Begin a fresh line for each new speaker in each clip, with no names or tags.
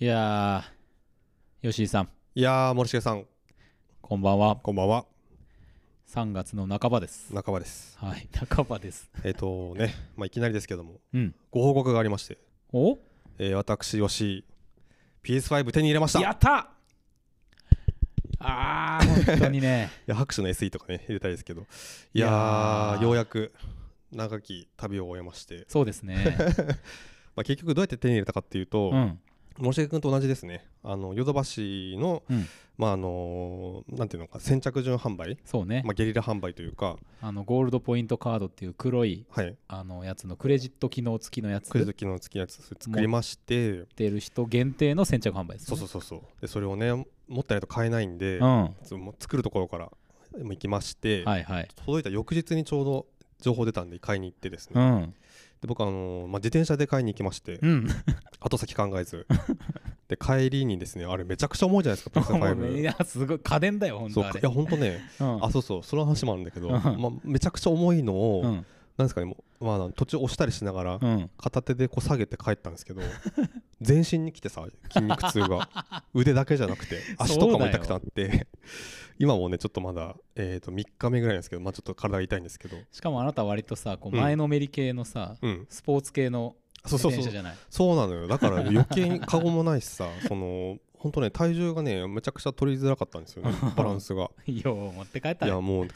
いやー、吉井さん、
いやー、森重さん、
こんばんは。
こんばんは、
3月の半ばです。
中場です。
はい、半ばです。
えっ、とね、まあ、いきなりですけども、
うん。
ご報告がありまして、
お
えー、私、吉井、PS5 手に入れました。い
や
や
ったあー、本当にね。
拍手の SE とかね、入れたいですけど、い
い
や
や
ー、
ー
ようやく長き旅を終えまして、
そうですね。
まあ、結局、どうやって手に入れたかっていうと、
うん。
森重君と同じですね、あのヨドバシの、
うん
まああのーなんていうのか、先着順販売、
そうね。
まあ、ゲリラ販売というか、
あの、ゴールドポイントカードっていう黒い、
はい、
あの、やつのクレジット機能付きのやつ
クレジ
持
ット機能付きのやつ作りまして、
ってる人限定の先着販売です、
そう
ね。
そうそうそう、でそれをね、持ってないと買えないんで。
うん。
そうもう作るところからもう行きまして、
はいはい。
届いた翌日にちょうど情報出たんで買いに行ってです
う
ね、
ん。
で僕、あのーまあ、自転車で買いに行きまして、
うん。
後先考えず で帰りにですねあれめちゃくちゃ重いじゃないで すか
い
PS5
や、すごい。家電だよ、本
そう
当あ
かい
れ。
や本当ね、
うん
あそうそうその話もあるんだけど、
うん
まあ、めちゃくちゃ重いのを、
うん。
なんですかねもう、まあ、途中押したりしながら、
うん。
片手でこう下げて帰ったんですけど 全身に来てさ筋肉痛 が腕だけじゃなくて足とかも痛くなって 今もねちょっとまだ、えー、と3日目ぐらいなんですけど、まあ、ちょっと体痛いんですけど、
しかもあなた割とさ、こう
うん
前のめり系のさ、
うん、
スポーツ系の
そ
自
うそ
転
うそう
車じゃない。
そうなのよだから余計にカゴもないしさ その本当ね体重がねめちゃくちゃ取りづらかったんです よねバランスが
よう持って帰った
い
ね
やもうい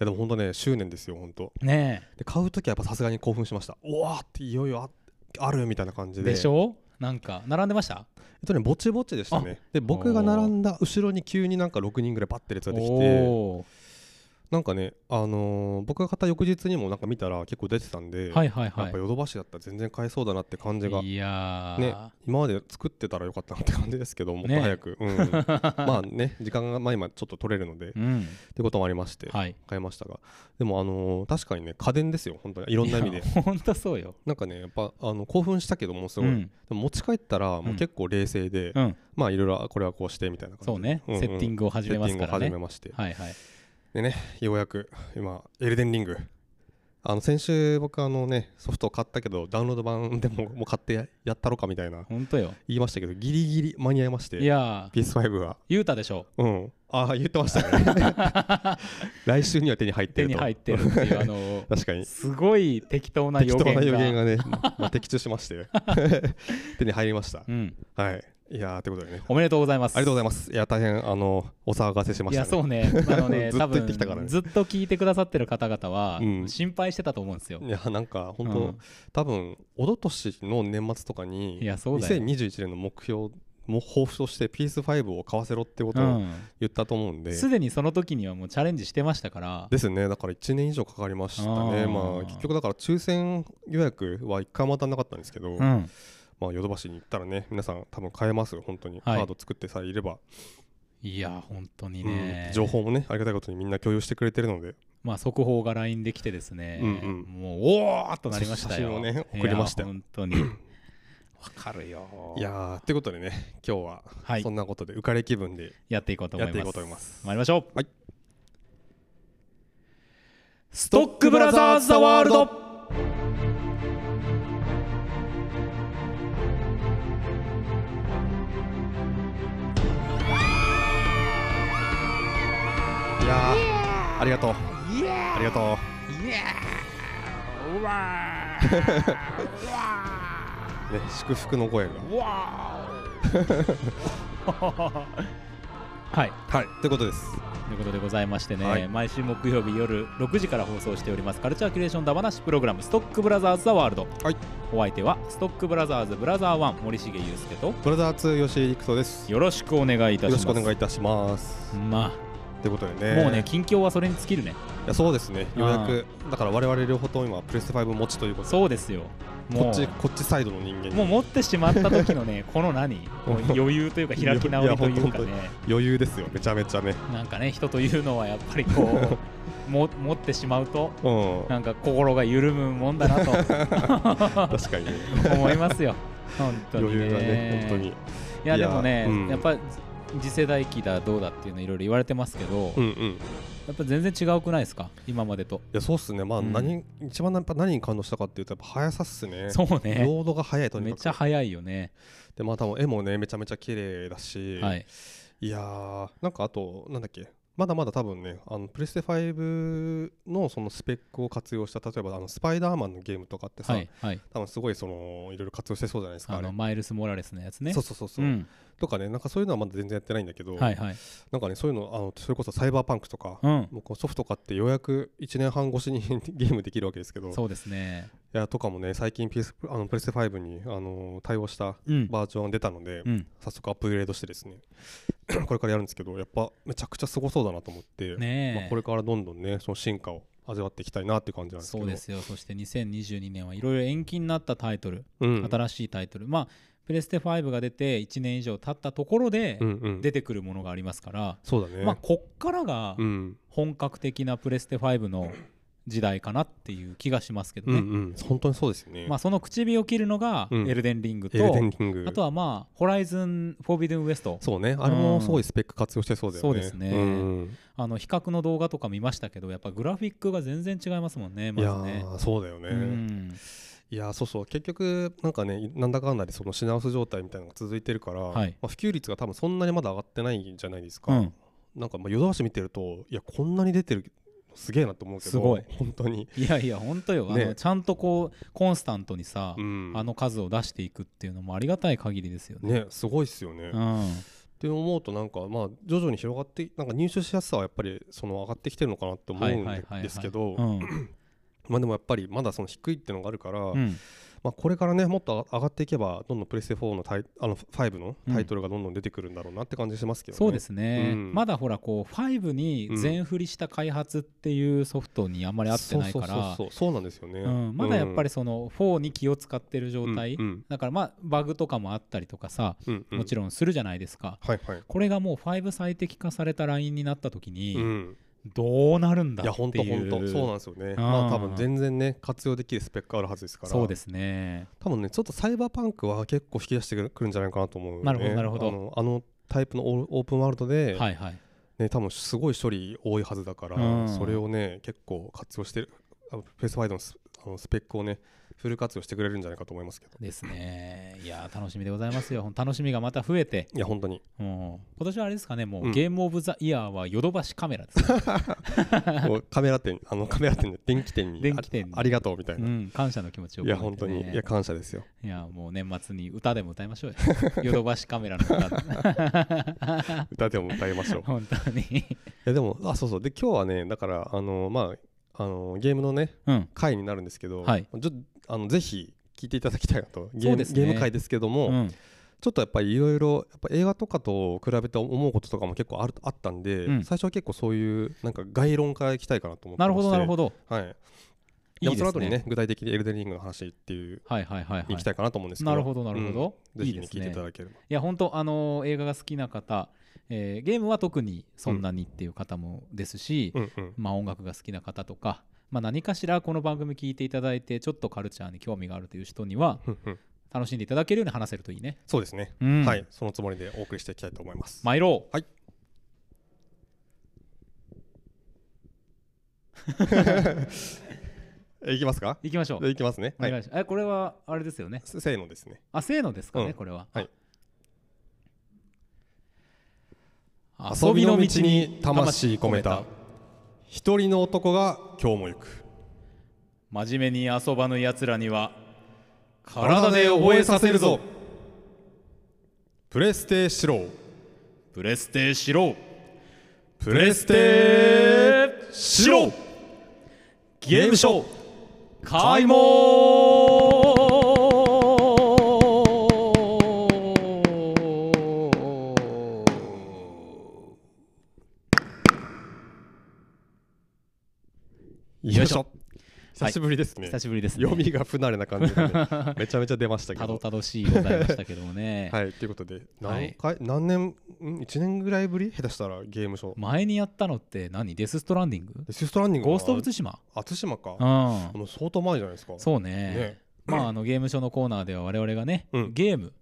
やでも本当ね執念ですよ本当
ね
で買う時はやっぱさすがに興奮しましたおわーっていよいよああるみたいな感
え
じで
でしょなんか並んでました
えっとね、ぼちぼちでしたね。で、僕が並んだ後ろに急になんか6人ぐらいバッて列ができて、
おー
なんかね、あのー僕が買った翌日にもなんか見たら結構出てたんで、
はいはい
やっ
は
ぱヨドバシだったら全然買えそうだなって感じが
い。、いやー、
ね、今まで作ってたらよかったなって感じですけど、もっと
ね
早く。うん まあね、時間がまあ今ちょっと取れるので、っ
うん、
てこともありまして、
はい。
買いましたが、でも、あのー確かにね、家電ですよ、本当に、いろんな意味で
い。やほんとそうよ。
なんかね、やっぱあの興奮したけども、すごい。
う
で
ん、
も持ち帰ったら、もう結構冷静で、
うん、
まあいろいろあこれはこうしてみたいな感じで
そうね、
んん
セッティングを始めますから
セッティン
ね
グを始め。まして
はいはい。
でねようやく今エルデンリングあの先週僕あのねソフトを買ったけどダウンロード版でももう 買ってややったろかみたいな
ほんとよ。
言いましたけどギリギリ間に合いまし
い
て
やー、
PS5 は
言うたでしょ。
うんああ言ってましたね 来週には手に入って
手
ると
に入ってるっていう、あ の
確かに
すごい適当な予
適当
言が。
な予言がね、ま あ、的中しまして手に入りました
うん、
はいいやーということでね
おめでとうございます。
ありがとうございますいや大変あのお騒がせしま
い
した
や
ね
そうね、あのね、
ずっ
多
と言っ
分
てきたからね
ずっと聞いてくださってる方々は
うん
心配してたと思うんですよ。
いやなんか本当、
うん
多分一昨年の年末とかに
いやそうだよ。
2021年の目標も抱負として PS5 を買わせろってことを
う
言ったと思うんで、
ん。すでにその時にはもうチャレンジしてましたから。
ですねだから1年以上かかりましたね
あー
まあ結局だから抽選予約は1回も当たんなかったんですけど、
うん。
まあヨドバシに行ったらね皆さん多分買えますよ本当に、
はい
カード作ってさえいれば、
いや本当に
う
ね
ん。情報もねありがたいことにみんな共有してくれてるので
まあ速報が LINE できてですね。
うんうん
もうおーっとなりましたよ。
そう写真をね送りました
い
よ
や本当 に。わかるよ。
いやーということでね今日は
はい
そんなことで浮かれ気分で
やっていこうと思
や
い
っ
ます。
ていこうと思います。
参りましょう。
はい。
ストックブラザーズ・ザ・ワールド
いやーありがとうありが とう
うわ
ね祝福の声が
はい、
はいということです
ということでございましてね、
はい
毎週木曜日夜6時から放送しておりますカルチャーキュレーションだ話プログラム「ストックブラザーズ・ザ・ワールド」
はい
お相手はストックブラザーズ・ブラザー1森重裕介と
ブラザー2吉井陸斗ですよ
よろしくお願いいたし
ろ
ま
し
す
くお願いいたします
ま
ということで
あ、
ね
もうね近況はそれに尽きるね
いやそうですねようやくだから我々両方とも今プレステ5持ちということで
そうですよ
こ
も
っち
う
こっちサイドの人間に
もう持ってしまった時の ねこの何もう余裕というか開き直りというか
いやいや本当
ね
余裕ですよめちゃめちゃね
なんかね人というのはやっぱりこ うも持ってしまうと
うん
なんか心が緩むもんだな と
確かにね
思いますよ本当にね
余裕がね本当に
いやでもね
いやうん
やっぱ次世代機だどうだっていうのいろいろ言われてますけど、
うんうんい
やっぱ全然違うくないですか今までと、
やそうっすねまあ
うん
何、一番やっぱ何に感動したかっていうとやっぱ速さっすね
そうね
ロードが速いとに
めっ
かく
ちゃ早いよね、
でまあ多分絵もねめちゃめちゃ綺麗だし、
はい
いやーなんかあとなんだっけまだまだ多分ねあのプレステ5のそのスペックを活用した例えばあのスパイダーマンのゲームとかってさ、
はいはい
多分すごいそのいろいろ活用してそうじゃないですか
あ
あれ
のマイルス・モラレスのやつね
そうそうそうそう、
ん、
とかねなんかそういうのはまだ全然やってないんだけど、
はいはい
なんかねそういうのあのそれこそサイバーパンクとか、
うん
もうこうソフト買ってようやく1年半越しに ゲームできるわけですけどい
そうですね
やとかもね最近 PS あのプレステ5に、あの対応した
うん
バージョンが出たので、
うん
早速アップグレードしてですね これからやるんですけどやっぱめちゃくちゃすごそうだなと思って、
ねえ、
まあ、これからどんどんねその進化を味わっていきたいなっていう感じなんです
そ
けど
うですよそして2022年はいろいろ延期になったタイトル、
うん、
新しいタイトルまあプレステ5が出て1年以上経ったところで
うんうん
出てくるものがありますから、
そうだね、
まあこっからが
うん
本格的なプレステ5の時代かなっていう気がしますけど
うん
ね、
うん本当にそうですよね、
まあ、その口火を切るのが
うん
エルデンリングと、
エルデンリング
あとはまあホライズン・フォービデン・ウエスト
そうねあれもすごいスペック活用してそうだよね、
そうですね
うん
あの比較の動画とか見ましたけどやっぱグラフィックが全然違いますもんね
いや
まずね。
ーそうだよね、
うん
いやーそうそう結局なんかねなんだかんだでその品薄状態みたいなのが続いてるから、
はい
まあ、普及率が多分そんなにまだ上がってないんじゃないですか、
うん
なんかまあヨドバシ見てるといやこんなに出てるすげえなと思うけど
すごい
本当に、
いやいや本当よ、あの
ね
ちゃんとこうコンスタントにさ、
うん、
あの数を出していくっていうのもありがたい限りですよね。
ねすごいっすよね、
う
っ
ん、
て思うとなんかまあ徐々に広がってなんか入手しやすさはやっぱりその上がってきてるのかなって思うんでですけど
うん
まあでもやっぱりまだその低いってのがあるから、
うん
まあ、これからねもっと上がっていけばどんどんプレステ4のタイあの5のタイトルがどんどん出てくるんだろうなって感じしますけどね。
そうですね、
うん
まだほらこう5に全振りした開発っていうソフトにあんまり合ってないか
そう
ら
そうそうそうそうなんですよね、
うんまだやっぱりその4に気を使ってる状態、
うんうん
だからまあバグとかもあったりとかさ
うんうん
もちろんするじゃないですか、
はいはい、
これがもう5最適化されたラインになった時に、
うん、
どうなるんだ
いや
っ
本
てい
当
う
本当そうなんですよね
あー
まあ多分全然ね活用できるスペックあるはずですから
そうですね
多分ねちょっとサイバーパンクは結構引き出してくるんじゃないかなと思う、ね、
なるほどなるほど
あのあのタイプのオーオープンワールドで、
はいはい
ね、多分すごい処理多いはずだから、
うん
それをね結構活用してるあのフェイスワイドのスあのスペックをねフル活用してくれるんじゃないかと思いますけど
ですねいやー楽しみでございますよほん楽しみがまた増えて
いや本 当に
もう今年はあれですかねもう、
うん
ゲームオブザイヤーはヨドバシカメラ です、ね
もうカメラ店あのカメラ店で電気店に
電気店に
あありがとうみたいうな、
ん、感謝の気持ちを込
い
め
や
てね、
本当にいや感謝ですよ
いやもう年末に歌でも歌いましょうよヨドバシカメラの歌
歌でも歌いましょうい
本当に
やでもあそうそうで今日はねだからあのまああのゲームのね
うん
回になるんですけど、
はい
ちょあのぜひ聞いていただきたいなとゲー
そう
ム,、
ですね
ゲーム回ですけども、
うん
ちょっとやっぱりいろいろやっぱ映画とかと比べて思うこととかも結構あるあったんで、
うん
最初は結構そういうなんか概論からいきたいかなと思って
なるほどなる
ど
ほど
はい
いいですね
でもその後にね具体的にエルデンリングの話っていう
はいはいはいはい
に行きたいかなと思うんですけど、
なるほどなるほど、
うん
い
ぜ
い
ひ、
で
ね、
す
聞いて
ね
いただければ
いや本当あのー映画が好きな方、えーゲームは特にそんなにっていう方もですし、
うんうん
まあ、音楽が好きな方とか、まあ、何かしらこの番組聞いていただいてちょっとカルチャーに興味があるという人には
うんうん
楽しんでいただけるように話せるといいね。
そうですね、
うん
はいそのつもりでお送りしていきたいと思います、
参ろう
はいえいきますか
行きましょう
じゃあ。いきますね
お
は
願
い
いしますえこれはあれですよね。
せせーのですね
あ、せーのですかね、
うん
これは。
はい
あ。
遊びの道に魂込めた一人の男が今日も行く
真面目に遊ばぬ奴らには
体で覚えさせるぞプレステシロー
プレステしろ
プレステシローゲームショー
開門い
よい
し
し
ょ
ょ久しぶりですね、
久しぶりですね
読みが不慣れな感じで、 ね、めちゃめちゃ出ましたけ
た
ど
どたどしいございましたけどもね、
はいということで
はい
何回、何年ん1年ぐらいぶり下手したらゲームショー
前にやったのって何デス・ストランディング
デスストランディング
ゴースト・オブ・
ツ
ツシマ
あ対馬か
うん
もう相当前じゃないですか
そうね
ね
まああのゲームショーのコーナーでは我々がね、
うん
ゲーム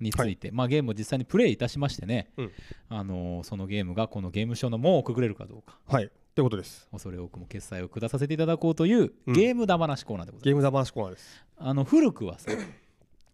について、まあ、ゲームを実際にプレイいたしましてね、
うん
あのーそのゲームがこのゲームショーの門をくぐれるかどうか
はいってことです
恐れ多くも決済を下させていただこうという
うん
ゲームだ話コーナーでござい
ゲ
ま
ーム話コーナーです
す、あの古くはさ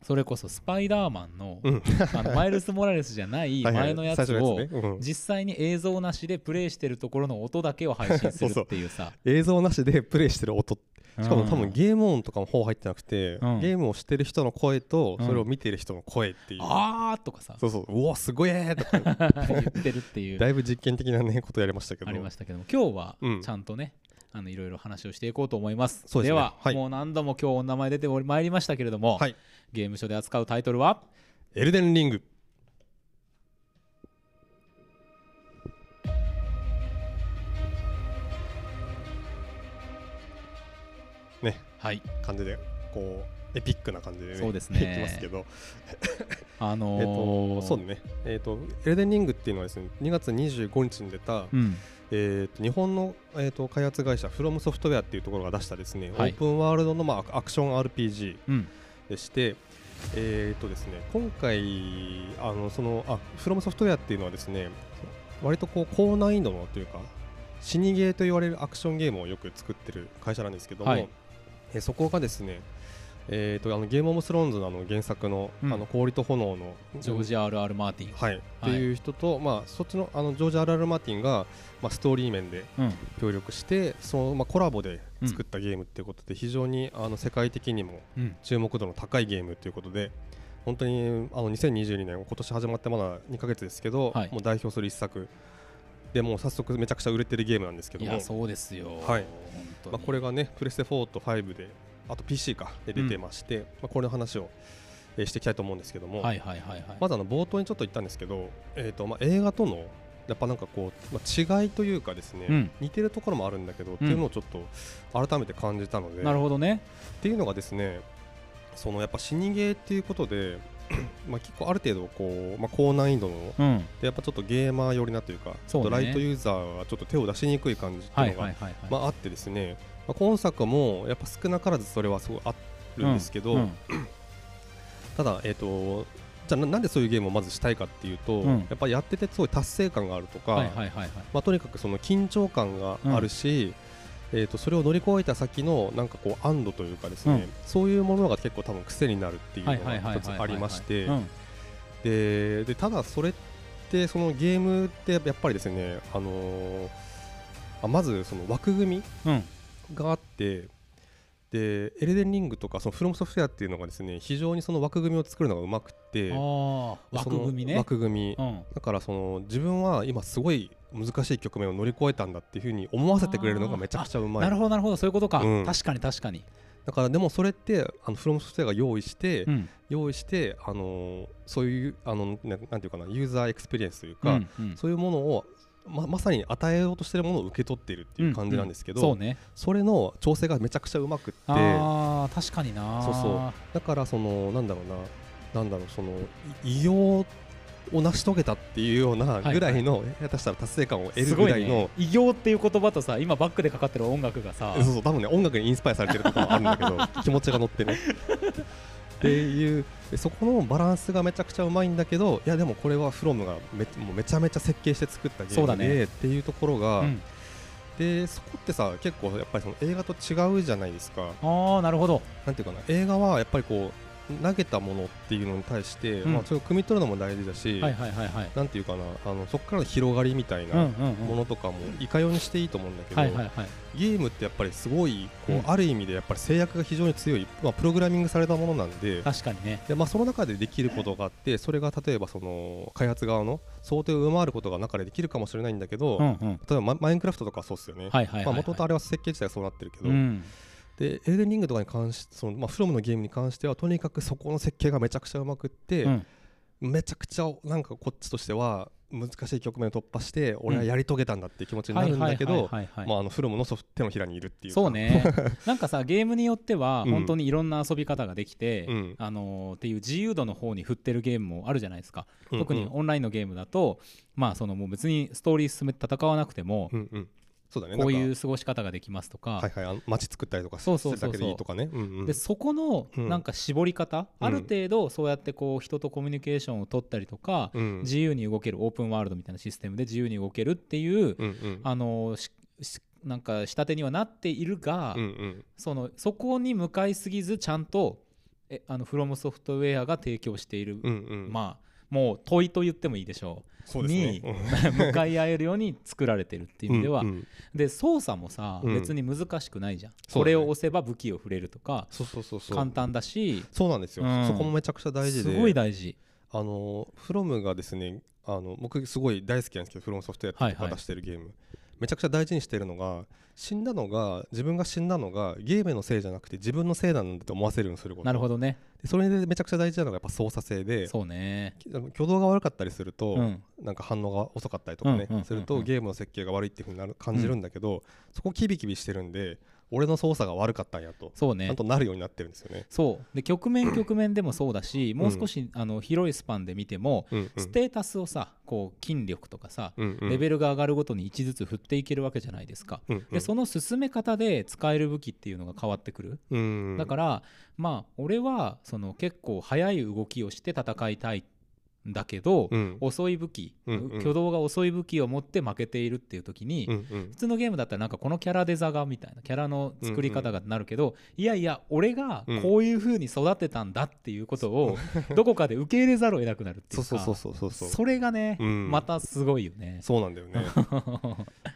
それこそスパイダーマンの,、
うん
あのマイルス・モラレスじゃない
はいはい
前のやつ
最
を
初のやつねうん
実際に映像なしでプレイしてるところの音だけを配信するっていうさ
映像なしでプレイしてる音しかも多
う
分
ん
ゲーム音とかも方入ってなくて、
うん
ゲームをしてる人の声と
うん
それを見てる人の声っていう、
あーとかさ
そうそううわすごいーとか
言ってるって いう
だいぶ実験的なねことやりましたけど
ありましたけども今日は
うん
ちゃんとね、あのいろいろ話をしていこうと思います
そうですね
は、
はい
もう何度も今日お名前出てまいりましたけれども、
はい
ゲーム書で扱うタイトルは
エルデンリングね
はい
感じでこうエピックな感じでね
そうですね
いきますけど
あの
え
ー
っとそうねえっとエルデンリングっていうのはですね2月25日に出た
うん
えー、と日本の、えー、と開発会社フロムソフトウェアっていうところが出したですね、
はい
オープンワールドの、まあ、アクション RPG
うん
でして、えーとですね、今回あのそのあフロムソフトウェアっていうのはですね割とこう高難易度のというか死にゲーと言われるアクションゲームをよく作ってる会社なんですけども、
はい
えーそこがですねえー、とあのゲームオブスローンズのあの原作の,、
うん
あの氷と炎の
ジョージ・ R.R. マーティン、
はい、っていう人と、まあ、そっちのあのジョージ・アラル・マーティンが、まあ、ストーリー面で
うん
協力してその、まあ、コラボで作ったゲームっていうことで、非常にあの世界的にも
うん
注目度の高いゲームということで本当にあの2022年今年始まってまだ2ヶ月ですけど、
はい
もう代表する一作でもう早速めちゃくちゃ売れてるゲームなんですけど
い
も
やそうですよ、
はい
本当に
まあ、これがねプレステ4と5であと PC かで出てまして、まあ、これの話を、えーしていきたいと思うんですけども、
はいはいはいはい、
まずあの冒頭にちょっと言ったんですけど、えーとまあ、映画とのやっぱなんかこう、まあ、違いというかですね、
うん
似てるところもあるんだけど、っていうのをちょっと改めて感じたので
なるほどね
っていうのがですねそのやっぱ死にゲーっていうことで まあ結構ある程度こう、まあ、高難易度の
うん
でやっぱちょっとゲーマー寄りなというかち
そう
ょ
ね
っとライトユーザーはちょっと手を出しにくい感じって
はいいう
の
はい
が
はいはい
まああってですね、まあ、今作もやっぱ少なからずそれはすごいあるんですけど、
うん
ただえっ、とじゃあななんでそういうゲームをまずしたいかっていうと、
うん
やっぱやっててすごい達成感があるとか、
はいはいはいはい
まあ、とにかくその緊張感があるし、えー、とそれを乗り越えた先のなんかこう安堵というかですね、
うん
そういうものが結構多分癖になるっていう
はい
の
はいはい
が
はい
一つありまして
うん
ででただそれってそのゲームってやっぱりですね、あのーあまずその枠組み
うん
があってでエルデンリングとかそのフロムソフトウェアっていうのがですね非常にその枠組みを作るのがうまくって
ああ
そ
枠
の
組みね
枠組み、
うん
だからその自分は今すごい難しい局面を乗り越えたんだっていうふうに思わせてくれるのがめちゃくちゃうまい
なるほどなるほどそういうことか、
うん
確かに確かに、
だからでもそれってあのフロムソフトウェアが用意して、
うん
用意してあのーそういうあのななんていうかなユーザーエクスペリエンスという
う
か、
んうん
そういうものをままさに与えようとしてるものを受け取っているっていう感じなんですけど、
そうね
それの調整がめちゃくちゃうまくって
あー確かにな
そうそうだからそのなんだろうななんだろうそのい異様を成し遂げたっていうようなぐらいの、下手したら達成感を得る
す
ぐ
ご
ら
い
い
ね
の
異形っていう言葉とさ今バックでかかってる音楽がさ
そうそう多分ね音楽にインスパイアされてるところもあるんだ けど気持ちが乗ってねっていうでそこのバランスがめちゃくちゃうまいんだけどいやでもこれはフロムがめもうめちゃめちゃ設計して作ったゲ
そう
ー
だ
ムで、
ね
っていうところが、
うん
でそこってさ結構やっぱりその映画と違うじゃないですか
ああなるほど
なんていうかな映画はやっぱりこう投げたものっていうのに対して、
うん
まあそれを汲み取るのも大事だし、
はいはいはいはい
なんていうかなあのそこからの広がりみたい
うん
な
うん
も
うん
のとかもいかようにしていいと思うんだけど、
はいはいはい
ゲームってやっぱりすごいこう、
うん
ある意味でやっぱり制約が非常に強い、まあ、プログラミングされたものなんで
確かにね
で、まあ、その中でできることがあってそれが例えばその開発側の想定を上回ることが中でできるかもしれないんだけど、
うんう
例
ん
えばママインクラフトとかはそうっすよね。
はいはいはい
ま
は
あ
い
元々あれは設計自体はそうなってるけど、
うん
でエルデンリングとかに関してその、まあ、フロムのゲームに関してはとにかくそこの設計がめちゃくちゃうまくって、
うん
めちゃくちゃなんかこっちとしては難しい局面を突破して俺はやり遂げたんだっていう気持ちになるんだけど
はいはいはいはいはい
まああのフロムのソフト手のひらにいるっていうか
そう ねなんかさゲームによっては
うん
本当にいろんな遊び方ができて、
うん
あのーっていう自由度の方に振ってるゲームもあるじゃないですか、
うんうん
特にオンラインのゲームだとまあそのもう別にストーリー進めて戦わなくても、
うんうんそうだね
こうい
なん
う過ごし方ができますとか、
かはいはいあの街作ったりとかす
そうそうそうそう
するだけでいいとかねうんうん
でそこの
うん
なんか絞り方、
うん
ある程度そうやってこう人とコミュニケーションを取ったりとか、
うん
自由に動けるオープンワールドみたいなシステムで自由に動けるっていう、
うんうん
あのししなんか仕立てにはなっているが、
うんうん
そのそこに向かいすぎずちゃんとえあのフロムソフトウェアが提供している、
うんうん
まあもう問いと言ってもいいでしょ
そうですね
に
うん
う向かい合えるように作られてるっていう意味では、
うんうん
で操作もさ、
うん
別に難しくないじゃん、
そうだね
これを押せば武器を触れるとか
そうそうそうそ
簡
う
単だし
そうなんですよ、
うん
そこもめちゃくちゃ大事
す
で
ごい大事
あのフロムがですねあの僕すごい大好きなんですけどフロムソフトウェアと
はい
か
はい
出してるゲーム、めちゃくちゃ大事にしてるのが死んだのが自分が死んだのがゲームのせいじゃなくて自分のせいなんだと思わせるようにすること
なるほどね
でそれでめちゃくちゃ大事なのがやっぱ操作性で
そうね
きあの挙動が悪かったりすると、
うん
なんか反応が遅かったりとか
うんう
ね、
んうんうん
するとゲームの設計が悪いっていうふうになる感じるんだけど、そこキビキビしてるんで俺の操作が悪かったんやと、
そう
ちゃ
ね
んとなるようになってるんですよね。
そうで局面局面でもそうだし、
ん
もう少しあの広いスパンで見ても、
うんうん
ステータスをさこう筋力とかさ、
うんうん
レベルが上がるごとに1ずつ振っていけるわけじゃないですか。
うんうん
でその進め方で使える武器っていうのが変わってくる、
うん
だからまあ俺はその結構速い動きをして戦いたいんだけど、
うん
遅い武器、
うんうん
挙動が遅い武器を持って負けているっていう時に、
うんうん
普通のゲームだったらなんかこのキャラデザがみたいなキャラの作り方がなるけど、いやいや俺がこういう風に育てたんだっていうことを どこかで受け入れざるを得なくなるってい
そうう
か
そうそうそうそうそう
それがね、
うん
またすごいよ ね。
そうなんだよ ね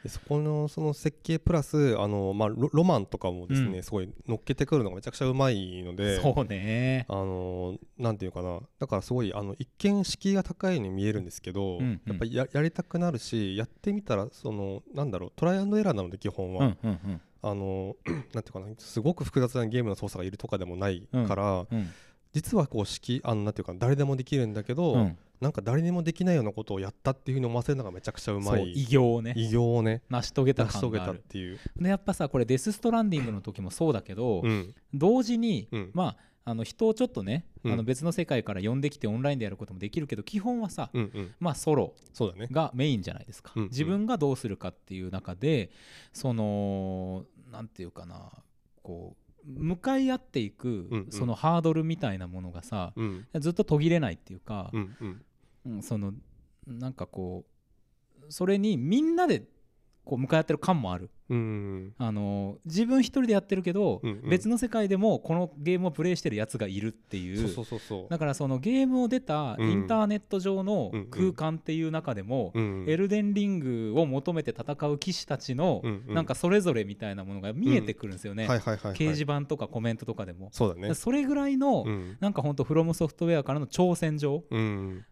でそこのその設計プラスあの、まあ、ロロマンとかもですね、
うん
すごい乗っけてくるのがめちゃくちゃうまいので
そうね。
あのなんていうかなだからすごいあの一見敷居が高いように見えるんですけど、
うんうん
やっぱりややりたくなるしやってみたらそのなんだろうトライアンドエラーなので基本
う
は、
んうんうん
あの なんていうかなすごく複雑なゲームの操作がいるとかでもないから、
うん
実はこう敷居あのなんていうか誰でもできるんだけど、
うん
なんか誰にもできないようなことをやったっていうふうに思わせるのがめちゃくちゃう
そ
ま
う
い
偉業をね
偉業をね
成し遂げた
成し
感
遂げ
が
た
あ
っ
る。
ていう、
でやっぱさこれ「デス・ストランディング」の時もそうだけど、
うん、
同時に、
うん
まああの人をちょっとね、
うん
あの別の世界から呼んできてオンラインでやることもできるけど基本はさ、
うんうん
まあソロ
そうだね
がメインじゃないですか、
うんうん
自分がどうするかっていう中でそのなんていうかなこう向かい合っていく、
うんうん
そのハードルみたいなものがさ、
うん
ずっと途切れないっていうか
う、んうん
うんそのなんかこうそれにみんなでこう向かい合ってる感もある。
うん
あの自分一人でやってるけど、
うんうん
別の世界でもこのゲームをプレイしてるやつがいるっていう
そうそうそうそう
だからそのゲームを出た
うん
インターネット上の
うんうん
空間っていう中でも、
うん
エルデンリングを求めて戦う騎士たちの
うんうん
なんかそれぞれみたいなものが見えてくるんですよね、
はいはいはいはい
掲示板とかコメントとかでも、
そうだね
それぐらいの、
うん
なんかほんとフロムソフトウェアからの挑戦状
うん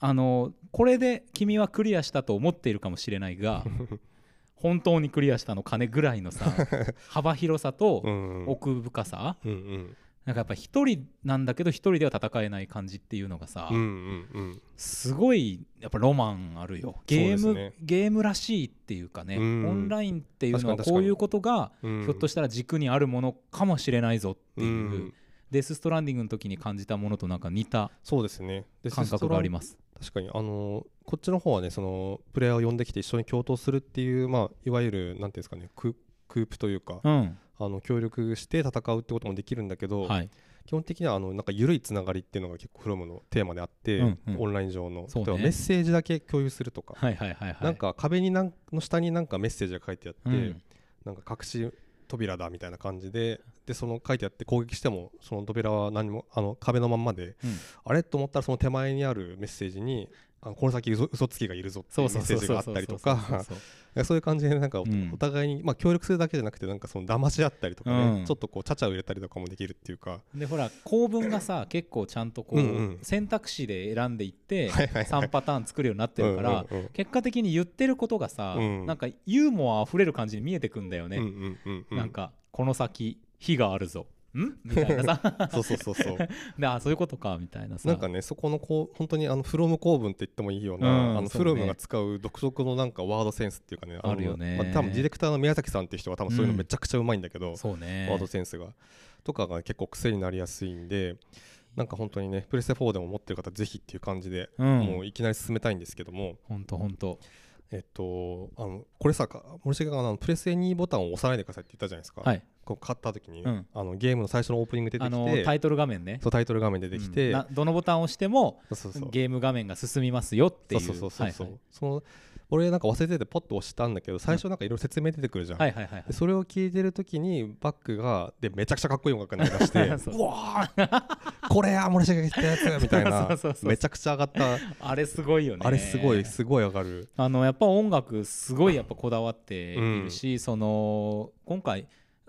あのこれで君はクリアしたと思っているかもしれないが本当にクリアしたの金ぐらいの さ幅広さ
う
と
ん
奥深さ、
うんうん
なんかやっぱ一人なんだけど一人では戦えない感じっていうのがさ、
うんうんうん
すごいやっぱロマンあるよ
そう
ゲ
で
ーム、
すね
ゲームらしいっていうかね、
うん
オンラインっていうのは
確かに確か
こ
に
ういうことが
うん
ひょっとしたら軸にあるものかもしれないぞっていう、
うん
デス・ストランディングの時に感じたものとなんか似た
そうですねで
感覚があり
ま
ます。
す確かにあのーこっちの方はねそのプレイヤーを呼んできて一緒に共闘するっていうまあいわゆるなんていうんですかねククープというか
うん、
あの協力して戦うってこともできるんだけど
はい、
基本的にはあのなんか緩いつながりっていうのが結構フロムのテーマであって、
うんうん
オンライン上の、
そうね
例えばメッセージだけ共有するとか、
はいはいはいはい。
なんか壁になんの下になんかメッセージが書いてあって、
うん
なんか隠し扉だみたいな感じででその書いてあって攻撃してもその扉は何もあの壁のまんまで、
うん
あれと思ったらその手前にあるメッセージにあこの先嘘嘘つきがいるぞってい
そうう
メ
そう
ッ
そ
セー
う
ジ
そう
があ
そう
ったりとか
そうそう
そういう感じでなんかお,、
うん
互いに、まあ、協力するだけじゃなくてなんかその騙し合ったりとかね、
うん
ちょっとこうちゃちゃを入れたりとかもできるってい うか。
でほら構文がさ結構ちゃんとこう、
うんうん
選択肢で選んでいって
はいはいはい
3パターン作るようになってるから
うんうんうん
結果的に言ってることがさ、
うん
なんかユーモアあふれる感じに見えてくんだよね、
うんうんうんうん
なんかこの先火があるぞんみたいなさ
そうそうそうそう
であそういうことかみたいなさ
なんかねそこのこう本当にあのフロム構文って言ってもいいような、
うん
あの
そうね
フロムが使う独特のなんかワードセンスっていうかねの
あるよね
まあ、多分ディレクターの宮崎さんっていう人が多分そういう
う
の
ん
めちゃくちゃうまいんだけど、
そうね
ワードセンスがとかが結構癖になりやすいんでなんか本当にねプレステ4でも持ってる方ぜひっていう感じで、
うん
もういきなり進めたいんですけども
ほんとほんと
えっと、あのこれさか森重があのプレス N ボタンを押さないでくださいって言ったじゃないですか、
はい
こう買った時に、
うん
あのゲームの最初のオープニング出て
あ
き
の
て
タイトル画面ね
そうタイトル画面出てきて、
うんなどのボタンを押しても
そうそうそう
ゲーム画面が進みますよっていう
そうそうそうそう、
はい
その俺なんか忘れててポッと押したんだけど最初なんかいろいろ説明出てくるじゃん、
はいはいはいはい
でそれを聞いてる時にバックがでめちゃくちゃかっこいい音楽流し て
そう
うわーこれや森重が言ったやつみたい
そ
な
うそうそうそう
めちゃくちゃ上がった
あれすごいよね
あれすごいすごい上がる
あのやっぱ音楽すごいやっぱこだわっているし、その今回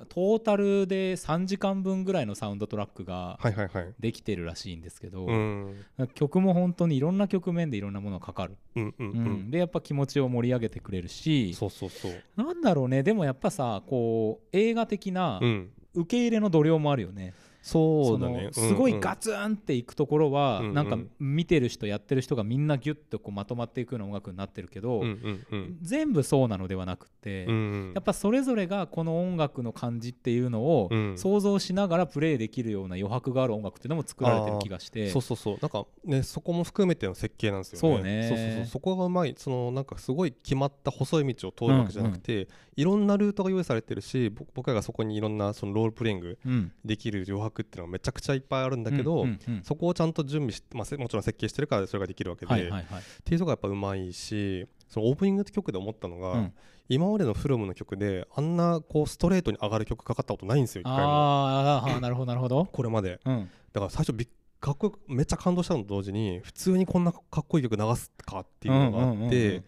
トータルで3時間分ぐらいのサウンドトラックが
はいはいはい
できてるらしいんですけど、
うん
曲も本当にいろんな局面でいろんなものがかかる、
うんうん
うん
うん
でやっぱ気持ちを盛り上げてくれるし
そうそうそう
なんだろうねでもやっぱさこう映画的な
うん
受け入れの度量もあるよね、
そうだね
そのすごいガツンっていくところは、
うんうん
なんか見てる人やってる人がみんなギュッとこうまとまっていくような音楽になってるけど、
うんうんうん
全部そうなのではなくて、
うんうん
やっぱそれぞれがこの音楽の感じっていうのを
うん
想像しながらプレイできるような余白がある音楽っていうのも作られてる気がして
そうそうそうなんかねそこも含めての設計なんですよね
そうね
そうそうそうそこがうまいそのなんかすごい決まった細い道を通るわけじゃなくて、いろんなルートが用意されてるしぼ僕らがそこにいろんなそのロールプレイング
うん
できる余白っていうのがめちゃくちゃいっぱいあるんだけ
うん
ど、
うんうん
そこをちゃんと準備して、まあ、せもちろん設計してるからそれができるわけで、
はいはいはい
っていうとこがやっぱうまいしそのオープニングって曲で思ったのが、
うん
今までのフロムの曲であんなこうストレートに上がる曲かかったことないんですよ一回も
あーあーなるほどなるほど、
これまで
うん、
だから最初びっかっこよくめっちゃ感動したのと同時に普通にこんなかっこいい曲流すかっていうのがあ
うんうんう
っ
んう
て
ん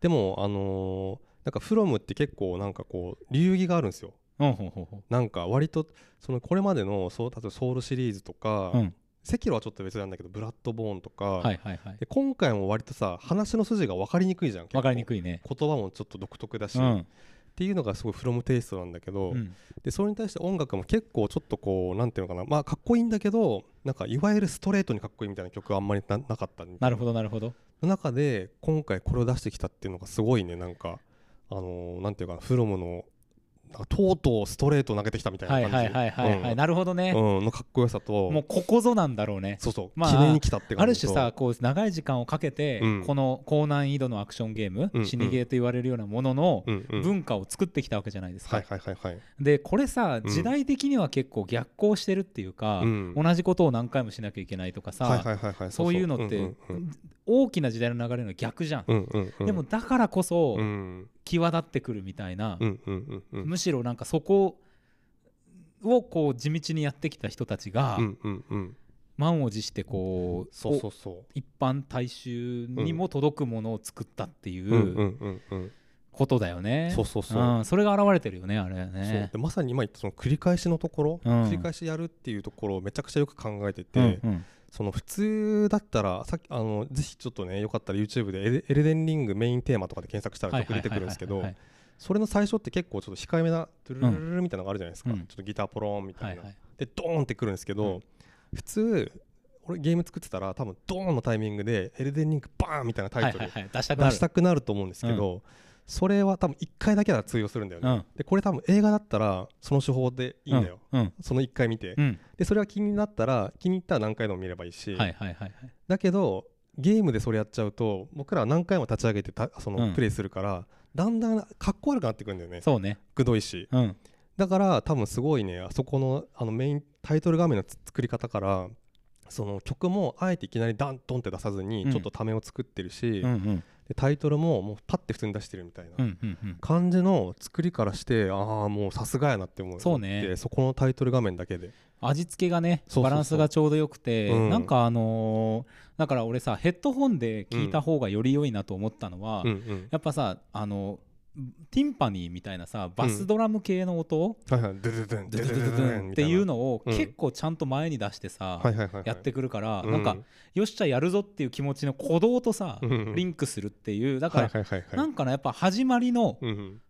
でもあのーなんかフロムって結構なんかこう流儀があるんですよ
うんほうほうほ
なんか割とそのこれまでのそう例えばソウルシリーズとか、
ううん
セキロはちょっと別なんだけどブラッドボーンとか、
はいはいはい
で今回も割とさ話の筋が分かりにくいじゃん
わかりにく
い
いね
言葉もちょっと独特だし、
う
っ
ん
ていうのがすごいフロムテイストなんだけど、
うん
でそれに対して音楽も結構ちょっとこうなんていうのかなまあかっこいいんだけどなんかいわゆるストレートにかっこいいみたいな曲はあんまりななかった
なるほど
ど
なるほど
の中で今回これを出してきたっていうのがすごいねなんかあのーなんていうかなフロムのなんかとうとうストレートを投げてきたみたいな
は
感
い
じ
はいはいはいはい、なるほどね
う、んうんのかっこよさと
もうここぞなんだろうね
そうそう、
まあ
記念に来たって
あ
感
る
じと
種さこう長い時間をかけて、
うん
この高難易度のアクションゲーム、
うんうん
死にゲーと言われるようなものの
うんうん
文化を作ってきたわけじゃないですか、
はいはいはいはい
でこれさ
うん
時代的には結構逆行してるっていうか、
うん
同じことを何回もしなきゃいけないとかさ、
はいはいはいはい
そういうのって、
うんうん
大きな時代の流れの逆じゃん、
うんうんうん
でもだからこそ
うん
際立ってくるみたいな、
うんうんうんうん
むしろなんかそこをこう地道にやってきた人たちが、
うんうんうん
満を持してこう
そうそうそう
一般大衆にも届くものを作ったってい
うんう
うん
うんうん
ことだよね。
そうそうそう
うんそれが現れてるよねあれは
そう
ね。
でまさに今言ったその繰り返しのところ、
うん
繰り返しやるっていうところをめちゃくちゃよく考えてて、
うんうん
その普通だったらさっきあのぜひちょっとねよかったら YouTube でエル「エルデンリング」メインテーマとかで検索したら曲出てくるんですけど
はいはい
それの最初って結構ちょっと控えめなドゥルルルルルみたいなのがあるじゃないですか、
うん
ちょっとギターポロンみた
は
いな、
いはいはいはい
でドーンってくるんですけど、
うん
普通俺ゲーム作ってたら多分ドーンのタイミングで「エルデンリングバーン!」みたいなタイト
はい
ル
はいはい出したくな
出
る
したくなると思うんですけど、それは多分1回だけは通用するんだよね、
うん
でこれ多分映画だったらその手法でいいんだよ、
うん
その1回見て、
うん
でそれは気になったら気に入ったら何回でも見ればいいし、
はいはいはいはい
だけどゲームでそれやっちゃうと僕らは何回も立ち上げてたその、
うん
プレイするからだんだんかっこ悪くなってくるんだよね
そうね
くどいし
うん
だから多分すごいねあそこのあのメインタイトル画面のつ作り方からその曲もあえていきなりダンドンって出さず
う
に
ん
ちょっとためを作ってるし、
うんうん
でタイトルももうパッて普通に出してるみたいな、
うんうんうん
感じの作りからしてああもうさすがやなって思う
そうね
でそこのタイトル画面だけで
味付けがね
そうそうそう
バランスがちょうどよくて
うん
なんかあのーだから俺さヘッドホンで聞いた方がより良いなと思ったのは
うんうん
やっぱさあのティンパニーみたいなさバスドラム系の音、
はいはいドゥドゥドゥン
ド
ド
ゥ
ゥ
ド
ド
ゥドゥ
ゥ
ド
ド
ゥ
ゥ
ン
ン
っていう
の
のを
うん
結構ちゃんと前に出してさ、
はいはいはいはい
やってくるから、
うん
なんかよっしゃやるぞっていう気持ちの鼓動とさ、
うんうん
リンクするっていうだか
は
ら、
いはいはいはい
なんかねやっぱ始まりの
うん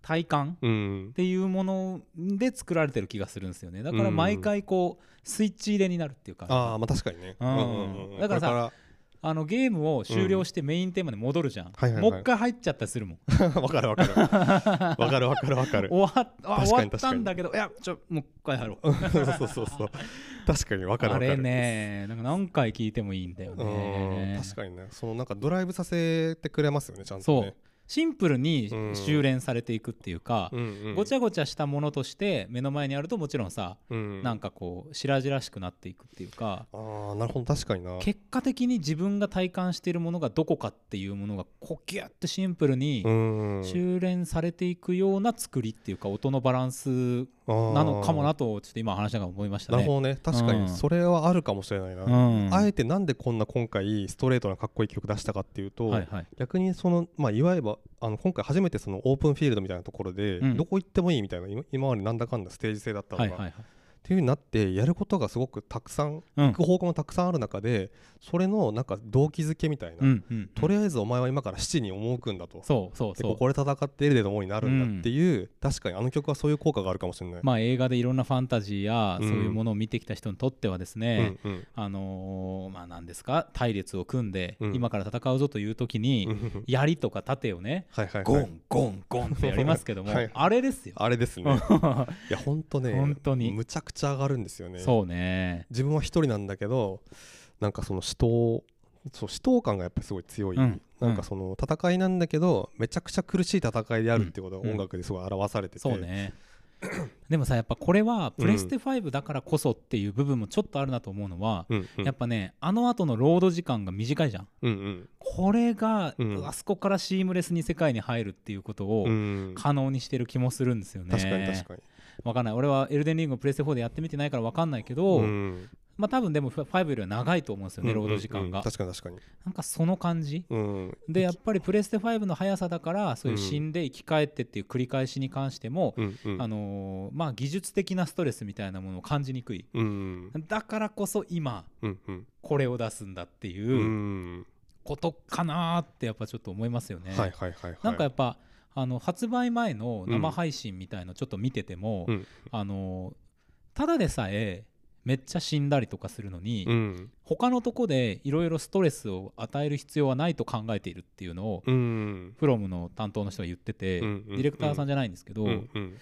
体感
うんう
っ
ん
ていうもので作られてる気がするんですよねだから
うん
毎回こうスイッチ入れになるっていうか、
ああまあ確かにね
うん
うんうんうん
だからさ
こ
あのゲームを終了してメインテーマに戻るじゃん、
はいはいはい
もう一回入っちゃったりするもん
わかるわかる。わかるわかるわかる。
終わっあ
に
終わったんだけどいやちょもう一回入ろう
そうそうそうそう。確かにわかるわ
あ
かる。
れねなんか何回聞いてもいいんだよ
うん
ね
確かにね、そのなんかドライブさせてくれますよね、ちゃんと
そ
ね
う。シンプルに
うん
修練されていくっていうか、
うんうん
ごちゃごちゃしたものとして目の前にあるともちろんさ、
うん
なんかこう白々しくなっていくっていうか
あーなるほど確かにな
結果的に自分が体感しているものがどこかっていうものがこうギュッてシンプルに
うん
修練されていくような作りっていうか音のバランスなのかもな
あ
とちょっと今話しながら思いまし
ー
た
なる
ね。
ほどね確か
うん
にそれはあるかもしれないな、
うん
あえてなんでこんな今回ストレートなかっこいい曲出したかっていうと、
はいはい
逆にその、まあ、いわゆるあの今回初めてそのオープンフィールドみたいなところで、
うん
どこ行ってもいいみたいな今今までなんだかんだステージ制だったの
は
が、
いはいはい
っていう風になってやることがすごくたくさん
うん
行く方向もたくさんある中で、それのなんか動機づけみたいな、
うんうん
とりあえずお前は今から七に赴くんだと
そうそう
で
そ
こ
う
こで戦ってエルデの王になるんだっていう、確かにあの曲はそういう効果があるかもしれない。
まあ映画でいろんなファンタジーやそういうものを見てきた人にとってはですね、
うんうん
あのーまあ何ですか隊列を組んで、
うん
今から戦うぞという時に、
うんうん
槍とか盾をね、
はいはい
ゴ
はい、
ンゴンゴンってやりますけども、
はい
あれですよ。
あれですねいやほんとね
ほんとに
むちゃくちゃ上がるんですよね
そうね。
自分は一人なんだけどなんかその死闘そう死闘感がやっぱりすごい強い、
うん
なんかその戦いなんだけどめちゃくちゃ苦しい戦いであるってこと
うん
が音楽ですごい表されてて、
そうね。 でもさやっぱこれはプレステ5だからこそっていう部分もちょっとあるなと思うのは、
うんうん、
やっぱねあの後のロード時間が短いじゃん。
うん
これが、
うん
あそこからシームレスに世界に入るっていうこと
うんう
を
ん
可能にしてる気もするんですよね。
確かに確かに、
わかんない俺はエルデンリングをプレステ4でやってみてないからわかんないけど、
うん
まあ多分でも5よりは長いと思うんですよね、労働時間
うんうんう
が
ん。確かに確かに、
なんかその感じ
うん、
でやっぱりプレステ5の速さだからそういう死んで生き返ってっていう繰り返しに関しても、
うんうん
あのーまあ技術的なストレスみたいなものを感じにくい
うん
だからこそ今
うんうん
これを出すんだって
う
いうんことかなーってやっぱちょっと思いますよね。
はいはいはいはい
なんかやっぱあの発売前の生配信みたいのちょっと見てても、
うん
あのーただでさえめっちゃ死んだりとかするのに、
うん
他のとこでいろいろストレスを与える必要はないと考えているっていうのを、
うん
フロムの担当の人が言ってて、
うんうん
ディレクターさんじゃないんですけど、
うんうん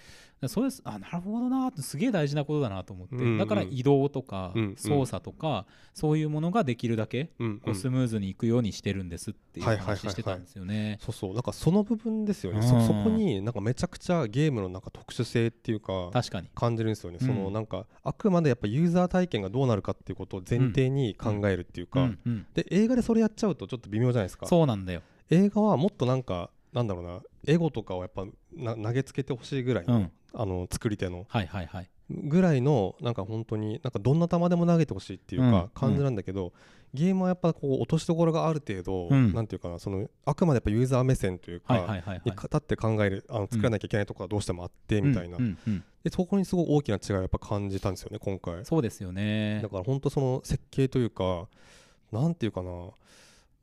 そうですあなるほどなーってすげえ大事なことだなと思って、
うんうん
だから移動とか、
うんうん
操作とかそういうものができるだけ
うん
こうスムーズにいくようにしてるんですっていう
はいはいはいはい
話してたんですよね。
そうそうなんかその部分ですよ
う
ね、
ん
そそこになんかめちゃくちゃゲームのなんか特殊性っていうか
確かに、
感じるんですよね、
うん
そのなんかあくまでやっぱユーザー体験がどうなるかっていうことを前提に考えるってい
う
うか、
んうん、
で映画でそれやっちゃうとちょっと微妙じゃないですか
そうなんだよ、
映画はもっとなんかなんだろうなエゴとかをやっぱな投げつけてほしいぐらいの,、
うん、
あの作り手の
はいはいはい
ぐらいのなんか本当になんかどんな球でも投げてほしいっていう
うん
か感じなんだけど、ゲームはやっぱこう落としどころがある程度、
うん
なんていうかなそのあくまでやっぱユーザー目線というか、
はいはいはいはい
に立って考えるあの作らなきゃいけないところはどうしてもあってみたいな、
うんうんうん
でそこにすごい大きな違いをやっぱ感じたんですよね今回
そうですよね
だから本当その設計というかなんていうかな、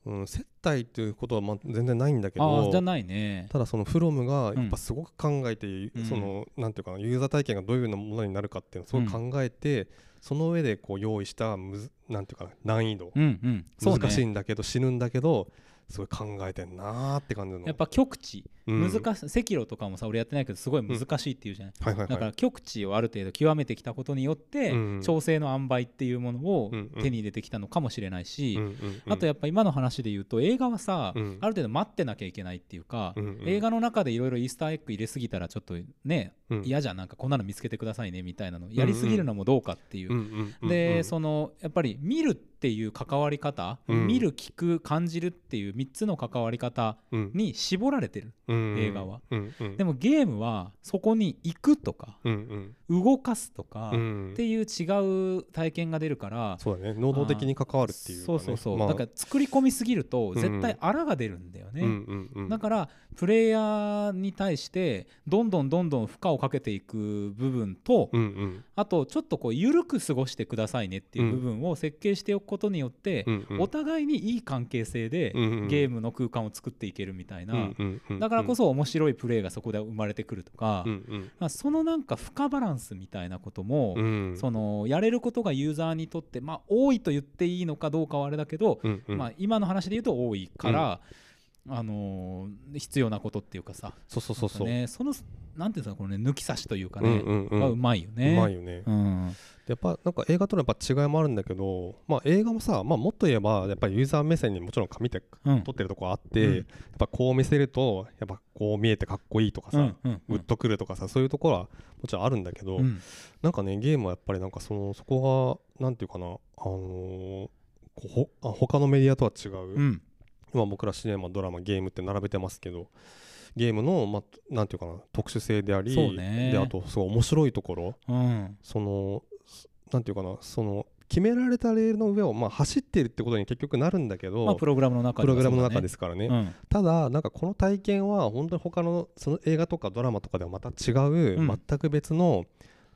うん、接待ということはまあ全然ないんだけ
ああ
ど
じゃないね
ただそのフロムが
ん
やっぱすごく考えて、
うん
そのなんていうかなユーザー体験がどういうようなものになるかっていうのをすごい考えて、その上でこう用意したむずなんていうかな難易度、
うんうんそうね
難しいんだけど死ぬんだけどすごい考えてんなーって感じの
やっぱ極地
うん
難しい、赤炉とかもさ俺やってないけどすごい難しいっていうじゃない、
はいはいはい
だから極地をある程度極めてきたことによって、
うん
調整の塩梅っていうものを
うんうん
手に入れてきたのかもしれないし、
うんうんうん
あとやっぱ今の話で言うと映画はさ、
うん
ある程度待ってなきゃいけないっていうか、
うんうん
映画の中でいろいろイースターエッグ入れすぎたらちょっとね
うん
嫌、じゃんなんかこんなの見つけてくださいねみたいなのやりすぎるのもどうかっていう。
うんうんうん
でそのやっぱり見るっていう関わり方、
うん
見る聞く感じるっていう3つの関わり方
うん
に絞られてる
うん
映画は
うんうん
でもゲームはそこに行くとか
うん
動かすとか、
うんう
っ
ん
ていう違う体験が出るから
そうだね能動的に関わるっていうかね
そうそうそう、
まあ
だから作り込みすぎると
ん
絶対あらが出るんだよね、
うんうんうん
だからプレイヤーに対してどんどんどんどん負荷をかけていく部分と、
うんうん
あとちょっとこう緩く過ごしてくださいねっていう部分を設計しておことによって、
うんうん
お互いにいい関係性で、
うんうんうん
ゲームの空間を作っていけるみたいな、
うんうん
だからこそ面白いプレーがそこで生まれてくるとか、
うんうん
まあ、そのなんか負荷バランスみたいなことも、
うん
そのやれることがユーザーにとって、まあ、多いと言っていいのかどうかはあれだけど、
うんうん
まあ、今の話で言うと多いから、あのー必要なことっていうかさ
そうそうそうそう、
なんかね、そのなんていうんですかこの、ね、抜き差しというか
う
ね、
んうんうん
が
う
うまいよね。
まいよね、
うん
やっぱなんか映画とのやっぱ違いもあるんだけど、まあ、映画もさ、まあ、もっと言えばやっぱりユーザー目線にもちろん紙で
うん
撮ってるとこあって、
うん
やっぱこう見せるとやっぱこう見えてかっこいいとかさ、
うんうん
グッとくるとかさそういうところはもちろんあるんだけど、
うん
なんかねゲームはやっぱりなんかそのそこがなんていうかなあのーこうほあ他のメディアとは違う、
うん
今僕らシネマドラマゲームって並べてますけどゲームの、まあ、なんていうかな特殊性であり
そうね
であとすごい面白いところ
うん
そのすなんていうかなその決められたレールの上を、まあ、走ってるってことに結局なるんだけど、
まあ、
プ
プログラムの中で
ロ
は
グラムの中ですすから
ね。
ね
うん
ただなんかこの体験は本当に他のその映画とかドラマとかではまた違う、
うん
全く別の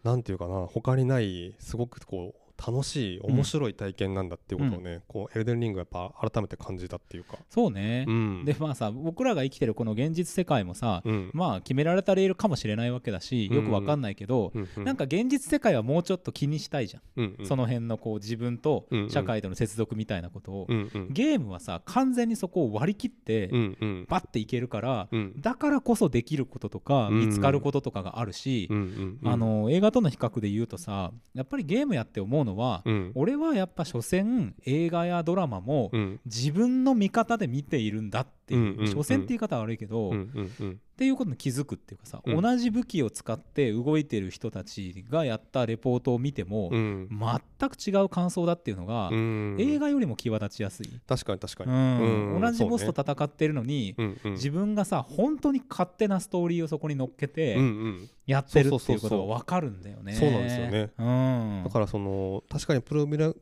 なんていうかな他にないすごくこう楽しい
ん
面白い体験なんだっていうことをね、こうエルデンリングはやっぱ改めて感じたっていうか、
そうね、
うん、
でまあさ僕らが生きてるこの現実世界もさ、
うん、
まあ決められたレールかもしれないわけだし
うん
よくわかんないけど、
うんうん
なんか現実世界はもうちょっと気にしたいじゃん、
うんうん
その辺のこう自分と
うんうん
社会との接続みたいなことを、
うんうん
ゲームはさ完全にそこを割り切って、
うんうん
バッていけるから、
うん
だからこそできることとか
うんうん
見つかることとかがあるし、
うんうんうん
あの映画との比較で言うとさやっぱりゲームやって思うのは、
うん
俺はやっぱ所詮映画やドラマも、
うん
自分の見方で見ているんだっていう,、
うんうんうん
所詮って言い方は悪いけど、
うん
っ
うんうん
ていうことに気づくっていうかさ、
うん
同じ武器を使って動いてる人たちがやったレポートを見ても、
うん
全く違う感想だっていうのが、
うん
映画よりも際立ちやすい、
確かに確か
う
に、
ん
うん
同じボスと戦ってるのに、
うんうん、
自分がさ本当に勝手なストーリーをそこに乗っけて
うんうん
やってるっていうこ
そうそうそうそ
と
う
が分かるんだよね。
そうなんですよね
うん、
だからその確かにプログラ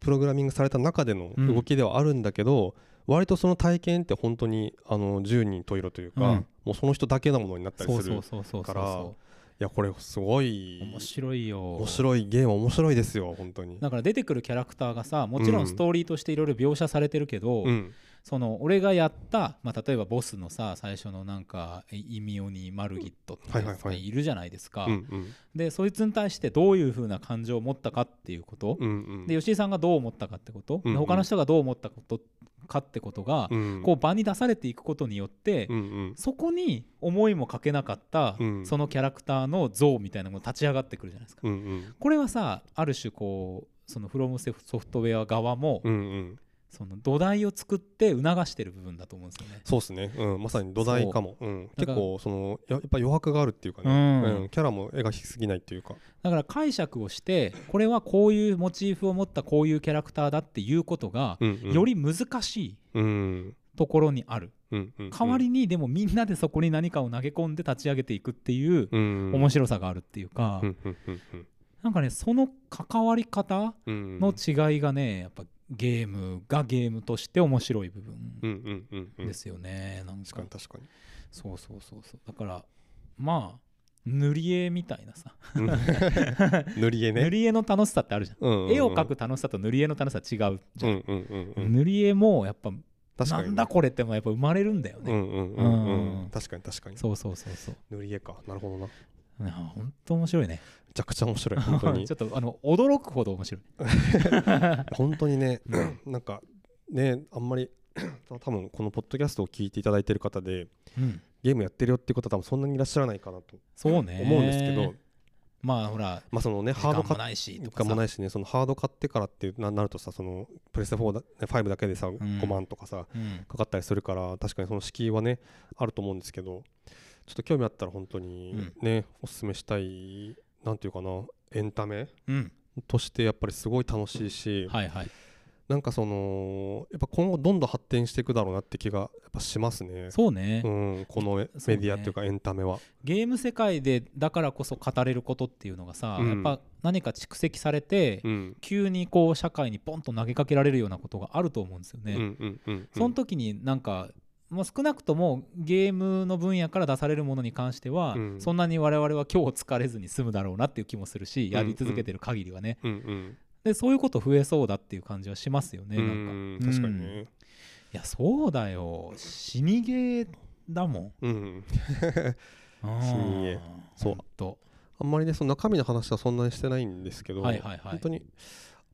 プログラミングされた中での
うん
動きではあるんだけど、割とその体験って本当にあの十人十色というか、
うん
もうその人だけのものになったり
そう
する
そう
い
そうそうそう
から
そ
やこれすご
う
い
面白いよ。
面白いゲーム面白いですよ本当に。
だから出てくるキャラクターがさもちろ
うん
んストーリーとしていろいろ描写されてるけど、
うん
その俺がやった、まあ、例えばボスのさ最初のなんかえイミオニ・マルギットって
はい
や
は
つ
い
が
はい
いるじゃないですか、
うんうん
でそいつに対してどういう風な感情を持ったかっていうこと、
うんうん
で吉井さんがどう思ったかってこと、
うんうん
他の人がどう思ったことかってことが、
うん
こう場に出されていくことによって、
うんうん
そこに思いもかけなかった、
うん
そのキャラクターの像みたいなものが立ち上がってくるじゃないですか。
うんうん
これはさある種こうそのフロムソフトウェア側も、
うんうん
その土台を作って促してる部分だと思うんですよね。
そうですね、うん、まさに土台かも、うん、
だ
結
から
構そのややっぱ余白があるっていうかね、
うん
キャラも描きすぎないっていうか、
だから解釈をしてこれはこういうモチーフを持ったこういうキャラクターだっていうことが
うんうん
よ、り難しい
うん
ところにある
うんうん、
代わりにでもみんなでそこに何かを投げ込んで立ち上げていくっていう面
面
白さがあるっていうか
うんうんうん
なんかねその関わり方
うん
の違いがねやっぱゲームがゲームとして面白い部
うん
分
うんうんうん
ですよねなん
確か
か
に確かに
そうそうそうそうだからまあ塗り絵みたいなさ、
塗り絵ね
塗り絵の楽しさってあるじゃん、絵を描く楽しさと塗り絵の楽しさ違うじ
う
ゃん、
んうんうんうん
塗り絵もやっぱ、
確か
な
に
んだこれってもやっぱ生まれるんだよ
う
ね、
んうんうんう
うんん
確かに確かに
そうそうそうそう
塗り絵かなるほどなめ
あ本当面白いね
ちゃくちゃ面白い本当 に
ちょっとあの驚くほど面白い
本当にねなんかねあんまり 多分このポッドキャストを聞いていただいてる方で
うん
ゲームやってるよっていう方多分そんなにいらっしゃらないかなと
そうね
思うんですけど
まあほら
まあそのね
時
ハー
間
ドカ
も
ット
ないしと
時
か
間
さ
もないしねそのハード買ってからってななるとさそのプレステ4だ5だけでさ
ん
5万とかさ
うん
かかったりするから確かにその敷居はねあると思うんですけどちょっと興味あったら本当にね、おすすめしたいなんていうかなエンタメ
うん
としてやっぱりすごい楽しいし、
はいはい
なんかそのやっぱ今後どんどん発展していくだろうなって気がやっぱしますね。
そうね、
うん、このえ
そう
メ
ね
ディアっていうかエンタメは。
ゲーム世界でだからこそ語れることっていうのがさ、
うん
やっぱ何か蓄積されて、
うん
急にこう社会にポンと投げかけられるようなことがあると思うんですよ
う
ね。
んうんうん
その時になんかまあ、少なくともゲームの分野から出されるものに関しては、
うん
そんなに我々は今日疲れずに済むだろうなっていう気もするしやり続けてる限りはね、
うんうん
でそういうこと増えそうだっていう感じはしますよね
う
なん
ん
か
確かに
うんい
ね
やそうだよ死にゲーだもん
うん
うん
死にゲーそう
ほんと
あんまりねその中身の話はそんなにしてないんですけど、
はいはいはい
本当に、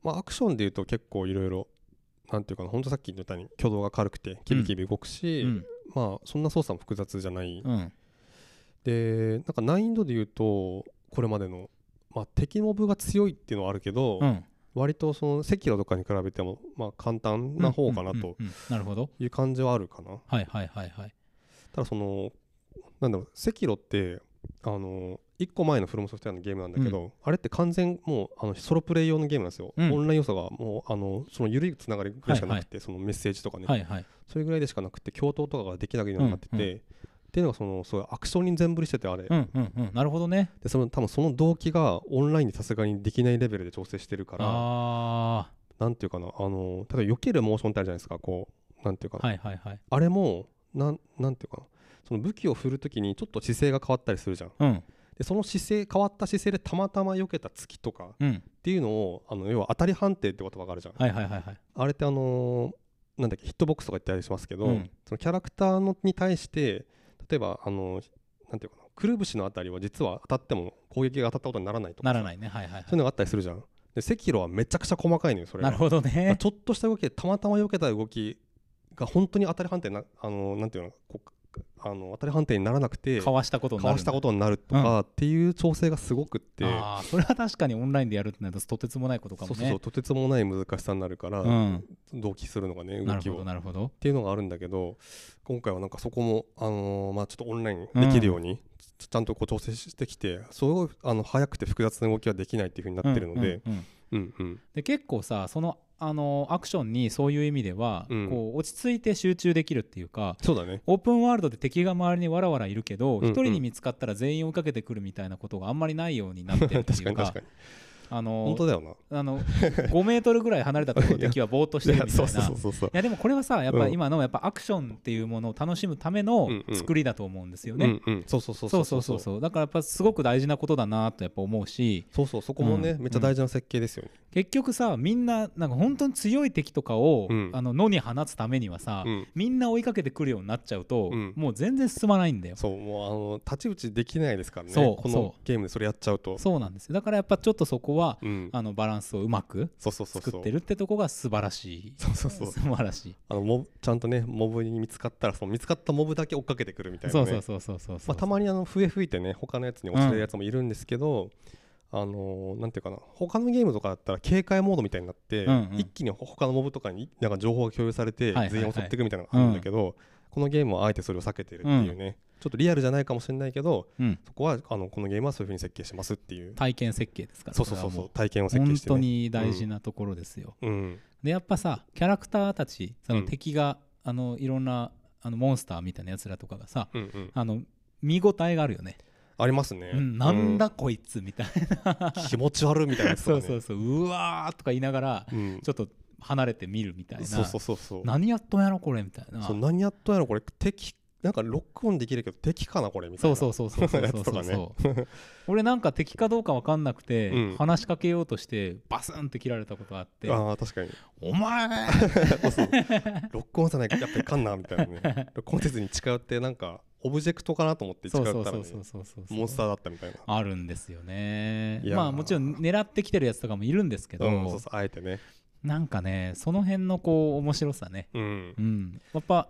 まあ、アクションでいうと結構いろいろなんていうかな本当さっき言ったように挙動が軽くてキビキビ動くし、
うん
まあそんな操作も複雑じゃない、
うん
でなんか難易度でいうとこれまでの、まあ、敵モブが強いっていうのはあるけど、
うん
割とその赤炉とかに比べても、まあ、簡単な方かなと
うんうんうんなるほど
いう感じはあるかな、
はいはいはいはい
ただそのなんだろう赤炉ってあの1個前のフロムソフトウェアのゲームなんだけど、あれって完全もうあのソロプレイ用のゲームなんですよ、
うん
オンライン要素がもうあのその緩いつながりぐらいしかなくて、そのメッセージとかね、
はいはい
それぐらいでしかなくて共闘とかができないようになってて、
うんう
っていうのがそのそういうアクションに全振りしててあれ、
うんうんうんなるほどね
でその多分その動機がオンラインでさすがにできないレベルで調整してるから
あ
なんていうかなあの例えば避けるモーションってあるじゃないですかこうなんていうか
あ
な、
はいはいはい
あれもなんなんていうかなその武器を振るときにちょっと姿勢が変わったりするじゃん
うん
でその姿勢変わった姿勢でたまたま避けた突きとかっ
うん
ていうのをあの要は当たり判定って言葉があるじゃん、
はいはいはいはい
あれってあのーなんだっけヒットボックスとか言ったりしますけど、
うん
そのキャラクターのに対して例えばあのーなんていうかなくるぶしのあたりは実は当たっても攻撃が当たったことにならないとか
なら
い
ないねはいはいはい
そういうのがあったりするじゃんで赤炉はめちゃくちゃ細かいのよそれが
なるほど
まあ
ね
ちょっとした動きでたまたま避けた動きが本当に当たり判定なあのーなんていうのこうあの当たり判定にならなくて
かわしたことに
か
なる
わ
ん
し
だ
たことになるとかっていう調整がすごくって、
ああそれは確かにオンラインでやるってなるととてつもないことかも
そうそうそう
ね
とてつもない難しさになるから、
うん
同期するのがね
な
動
る
き
ほど
をっ
なるほど
ていうのがあるんだけど今回はなんかそこも、あのーまあ、ちょっとオンラインできるように、ちちゃんとこう調整してきてすごいあの早くて複雑な動きはできないっていうふうになってるので、
うんうんうん
うんうん
で結構さそのあのアクションにそういう意味では、
うん
こう落ち着いて集中できるっていうか
そうだね
オープンワールドで敵が周りにわらわらいるけど
うんうん
一、人に見つかったら全員追いかけてくるみたいなことがあんまりないようになってるって
確
い
か
う
に
か
確かに
あ
本
の
当だよな
あの5メートルぐらい離れたところで敵はぼーっと してるみたい
そう
な
そうそうそう
いやでもこれはさやっぱ
うん
今のやっぱアクションっていうものを楽しむための
うんうん
作りだと思うんですよね。
うんうんそうそうそう
そうそうそうそうだからやっぱすごく大事なことだなとやっぱ思うし
そうそうそこもね、
うん
めっちゃ大事な設計ですよね、
結局さみんななんか本当に強い敵とかを、
うん
あの野に放つためにはさ、
うん
みんな追いかけてくるようになっちゃうと、
うん
もう全然進まないんだよ。
そうもうあの太刀打ちできないですからね
そう
この
そ
ゲームでそれやっちゃうと
そうなんですよだからやっぱちょっとそこは、
うん
あのバランスをうまく
そうそうそうそう
作ってるってとこが素晴らしい。
そうそうそう
素晴らしい。
あのモブちゃんとねモブに見つかったらその見つかったモブだけ追っかけてくるみたいな、
そ
ね
うそうそうそうそうそう。
まあ、たまにあの笛吹いてね他のやつに落ちてるやつもいるんですけど、あのーなんていうかな他のゲームとかだったら警戒モードみたいになって、
うんうん
一気に他のモブとかになんか情報が共有されて
いはいはい
全員襲っていくみたいなのがあるんだけど、このゲームはあえてそれを避けてるっていうね、ちょっとリアルじゃないかもしれないけど
うん、
そこはあのこのゲームはそういうふうに設計してますっていう
体験設計ですから
そうそうそ
これ
う
は
そ
も
う体験を設計
本
して、ね、
当に大事なところですよ。
うん
でやっぱさキャラクターたちそうの
ん
敵が、あのいろんなあのモンスターみたいなやつらとかがさ
うんうん、
あの見応えがあるよね、
ありますね、
うん、なんだこいつみたいな、
うん気持ち悪いみたいなやつと か
そう
ね
そうそううわーとか言いながら
うん
ちょっと離れて見るみたいな
そうそうそうそう
何やっとんやろこれみたいな
そう何やっとんやろこれ敵なんかロックオンできるけど敵かなこれみたい
そう
な
そうそうそうそうそうそう
や
そう 俺なんか敵かどうか分かんなくて、
うん
話しかけようとしてバスンって切られたことがあって
ああ確かに
「お前!
そうそうロックオンさないとやっぱりかんなみたいなねロックオンせずに近寄ってなんかオブジェクトかなと 思って」近
そう
寄
そ
っ
う
た
そ
ら、ね
う、そうそうそう
モンスターだったみたいな
あるんですよね
いやー
まあもちろん狙ってきてるやつとかもいるんですけど、
うん、そうそうあえてね
なんかねその辺のこう面白さね
うん
うんやっぱ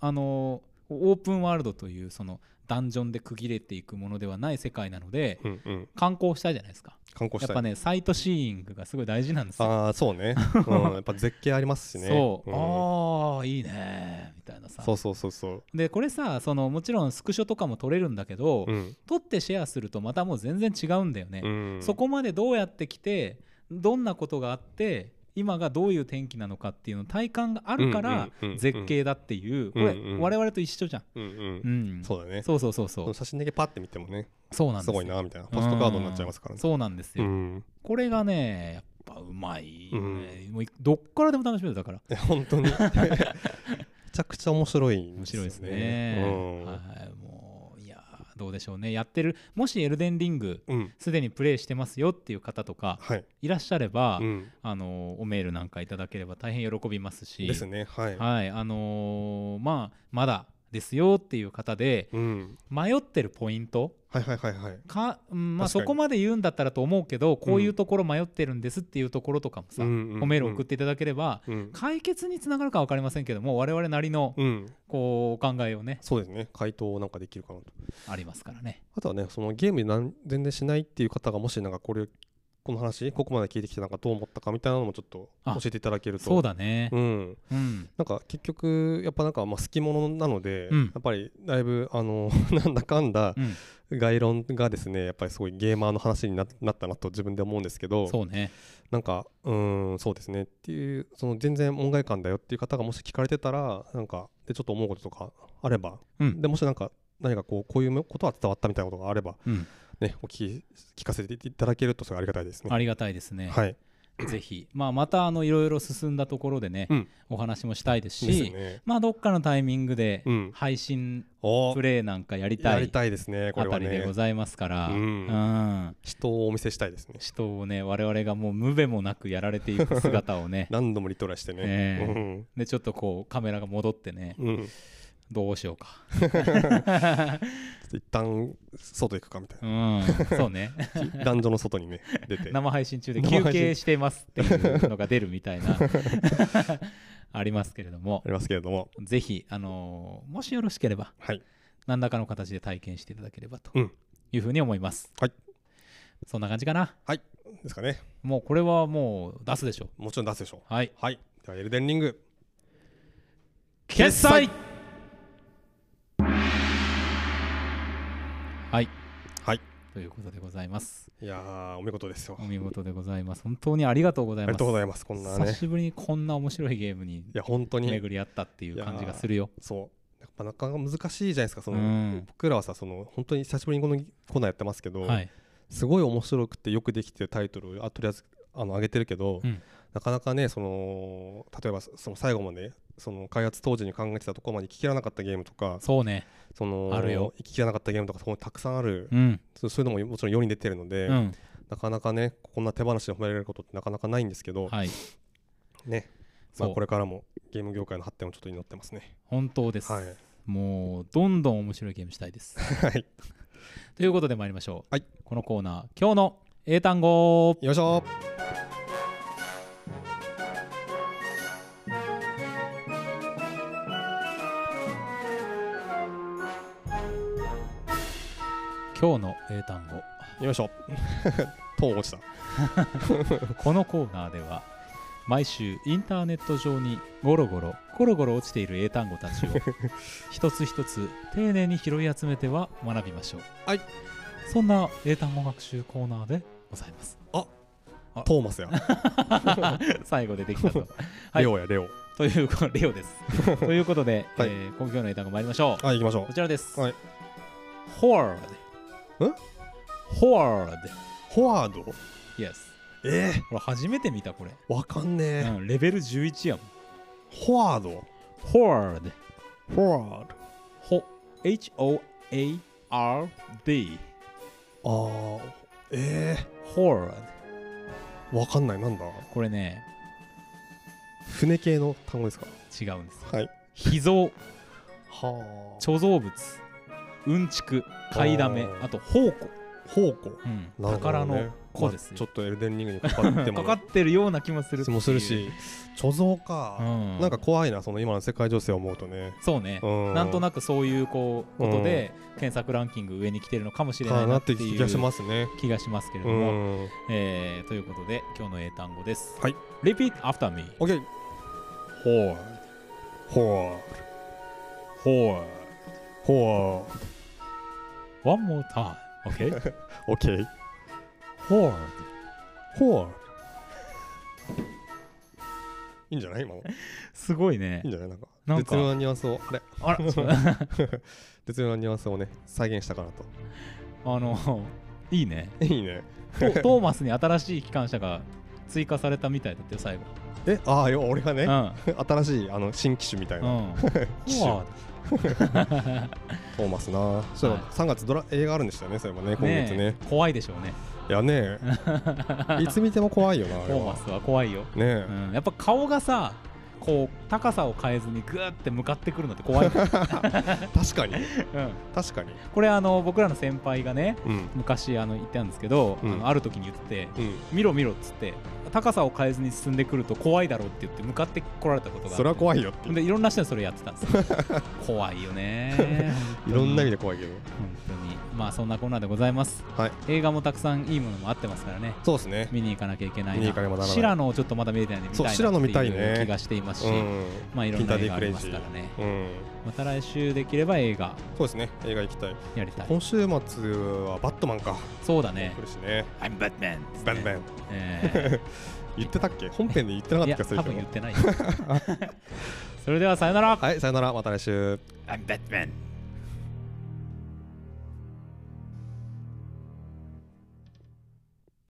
あのーオープンワールドというそのダンジョンで区切れていくものではない世界なので
うんうん
観光したいじゃないですか
観光し
やった
い
ぱねサイトシーイングがすごい大事なんですよ
ああ そうね、うん、やっぱ絶景ありますしね
そう、
ん
ああいいねみたいなさ
そうそうそうそう
でこれさそのもちろんスクショとかも撮れるんだけど、
うん
撮ってシェアするとまたもう全然違うんだよね、
うん
そこまでどうやって来てどんなことがあって今がどういう天気なのかっていうの体感があるから
うんうんうんうん
絶景だっていうこ
う
れ
んうん
我々と一緒じゃん、
うんうん
うん
そうだね
そうそうそうそ
その
う
写真だけパッて見てもね
そうなんです
す
よ
ごいなみたいなポストカードになっちゃいますから
うん
ね
そうなんですよ、
うん
これがねやっぱうまいよね、もうどっからでも楽しめるだから
いや本当にめちゃくちゃ面白いん
面
です
白
よ
いですね
うん
はいもういやーどうでしょうねやってるもしエルデンリング
うん
すでにプレイしてますよっていう方とか
はい、
いらっしゃれば、
うん、
あのおメールなんかいただければ大変喜びますし
ですねはい、
はいあのーまあまだですよっていう方で
うん、
迷ってるポイント
はいはいはいはい
か、うんまあ、
確か
そ
に、
こまで言うんだったらと思うけどこういうところ迷ってるんですっていうところとかもさ、おメール送ってていただければ
うん
解決につながるか分かりませんけども我々なりの
うん、
こうお考えをね
そうですね回答なんかできるかなと
ありますからね。
あとはねそのゲームなん全然しないっていう方がもしなんかこれこの話ここまで聞いてきてなんかどう思ったかみたいなのもちょっと
あ
教えていただけると
そうだね、
うん、
うん
なんか結局やっぱなんかまあ好き者なので、
うん
やっぱりだいぶあの なんだかんだ
うん、
概論がですねやっぱりすごいゲーマーの話にななったなと自分で思うんですけど
そうね
なんかうーんそうですねっていうその全然門外観だよっていう方がもし聞かれてたらなんかでちょっと思うこととかあれば、
うん
でもしなんか何かこうこういうことは伝わったみたいなことがあれば
うん、
ねお聞き聞かせていただけるとそれありがたいですね。
ありがたいですね、
はい、
ぜひ、まあ、またあのいろいろ進んだところでね、
うん
お話もしたいですし
ですね。
まあ、どっかのタイミングで
うん
配信
お
プレイなんかやりた
やり
い
たいですねこ
あ
れ
た
は
りで
ね
ご。ざいますから、
うん
うん
人をお見せしたいですね。
人をね我々がもう無べもなくやられていく姿を ね
何度もリトライしてね。
えでちょっとこうカメラが戻ってね
うんうん、ちょ
どうしようか
っと一旦外行くかみたい
うんそうね
な男女の外に ね出て
生配信中で
生配
休
信
憩していますっていうのが出るみたい なありますけれども
ありますけれども
ぜひ、あのーもしよろしければ
はい
何らかの形で体験していただければと
うん
いうふうに思います、
はい
そんな感じかな
ですかね
もうこれはもう出すでしょ
もちろん出すでしょう
うはい
はいではエルデンリング
決済はい
はい
ということでございます
いやーお見事ですよ
お
あ
見事でございます本当にありがとうございま
り
す
がとうございますこんなね
久しぶりにこんな面白いゲームに
いや本当に
巡り合ったっていう感じがするよ
そうやっぱなかなか難しいじゃないですかその、
うん
僕らはさその本当に久しぶりにこのコーナーやってますけど、
はい
すごい面白くてよくできてるタイトルをあとりあえずあの上げてるけど、
うん
なかなかねその例えばその最後までその開発当時に考えてたところまで聞ききらなかったゲームとか
そうね
その
あるよ
聞ききらなかったゲームとかそこにたくさんある、
うん
そうそういうのももちろん世に出てるので、
うん
なかなかねこんな手放しで褒められることってなかなかないんですけど、
はい
ねま
そ
あ、
う
これからもゲーム業界の発展をちょっと祈ってますね。
本当です
はい、
もうどんどん面白いゲームしたい です
はい、
ということで参りましょう、
はい
このコーナー今日の英単語
よいしょ
今日の英単語
よいしょ トーン落ちた
このコーナーでは毎週インターネット上にゴロゴロゴロゴロ落ちている英単語た ちを一つ一つ丁寧に拾い集めては学びましょう
はい
そんな英単語学習コーナーでござい ます
トーマ スや、
最後出てきたとはい
レオやレオ
というこレオです ということで、
はい
えー今日の英単語参りましょう
はい行きましょ
こちらです。
はい。
ホールド。
ん
ホールド。
うフォワード
Yes。
えー、
これ初めて見たこれ。
わかんねえ、
うん、レベル11やもん。
フォワード
ホールド。
フォワード
ほ、H-O-A-R-D。
あーえ
ホールド。
ー、わかんないなんだ
これね、
船系の単語ですか
違うんですよ。
はい
秘蔵、
は
貯蔵物、うんちく、買いだめ
あ、ー
あと宝庫。
あ宝庫
うん、
なるほ
宝
どね
の庫です
まあ
よ
ちょ。っとエルデンリングにかかって も
かかってるような気もするっていう
もするし、貯蔵か、
うん、
なんか怖いなその今の世界情勢を思うとね
そうね、
うん
なんとなくそういうこう
うん
ことで検索ランキング上に来てるのかもしれな
か
い
な
な
っ
って
て
いう
気がしますね
気がしますけれ
う
ども、
ん
えーということで今日の英単語です。
はい、
Repeat after me.
OK
ホール
ほ
ホール
うほ
One more time. Okay.
う OK
ホール
ほういいんじゃない今の
すごいね
いいん。じゃないなんか
なんか
絶妙なニュアンスをあれ
あ ら、そう あ
絶妙なニュアンスをね再現したかなと
の、いいね。
いいね
トトーマスに新しい機関車が追加されたみたいだったよ、最後。
えああよ俺が
う
ね
ん。
新しいあの新機種みたいな、
うん。ホール
トーマスなそういえば
はい
3月ドラ映画あるんでしたよねそれもね今
ね
月
え
ね
怖いでしょうね
いやね いつ見ても怖いよなあれ
トーマ
は
スは怖いよ、
ねえ、
うん、やっぱ顔がさこう高さを変えずにグーって向かってくるのって 怖い、う
確かに
ん、
確かに
これあの僕らの先輩がね
うん
昔あの言ってたんですけど、
うん
あのある時に言ってて
うん
見ろ見ろっつって高さを変えずに進んでくると怖いだろうって言って向かって来られたことがあって
それは怖いよっていう
でいろんな人にそれやってたんですよ 怖いよね
いろんな意
で
味で怖いけど
本当にまあそんなコーナーでございます
はい
映画もたくさんいいものもあってますからね
そうですね
見に行かなきゃいけない
見に行かねばならない
シラノをちょっとまだ見れてないんで見たい
そう
な
シラノ見たいね
ってう気がしていますし、
うん
まあいろんな映画ありますからね
うん
また来週できれば映画
そうですね映画行きたい
やりたい
今週末はバットマンか
そうだね
来るしね
I'm Batman
バンバン
え
言ってたっけ本編で言 ってな
ー、い
か
や
った気がす
多
るけ
分言っ
ど
てないよそれではさよなら
はいさよならまた来週
I'm Batman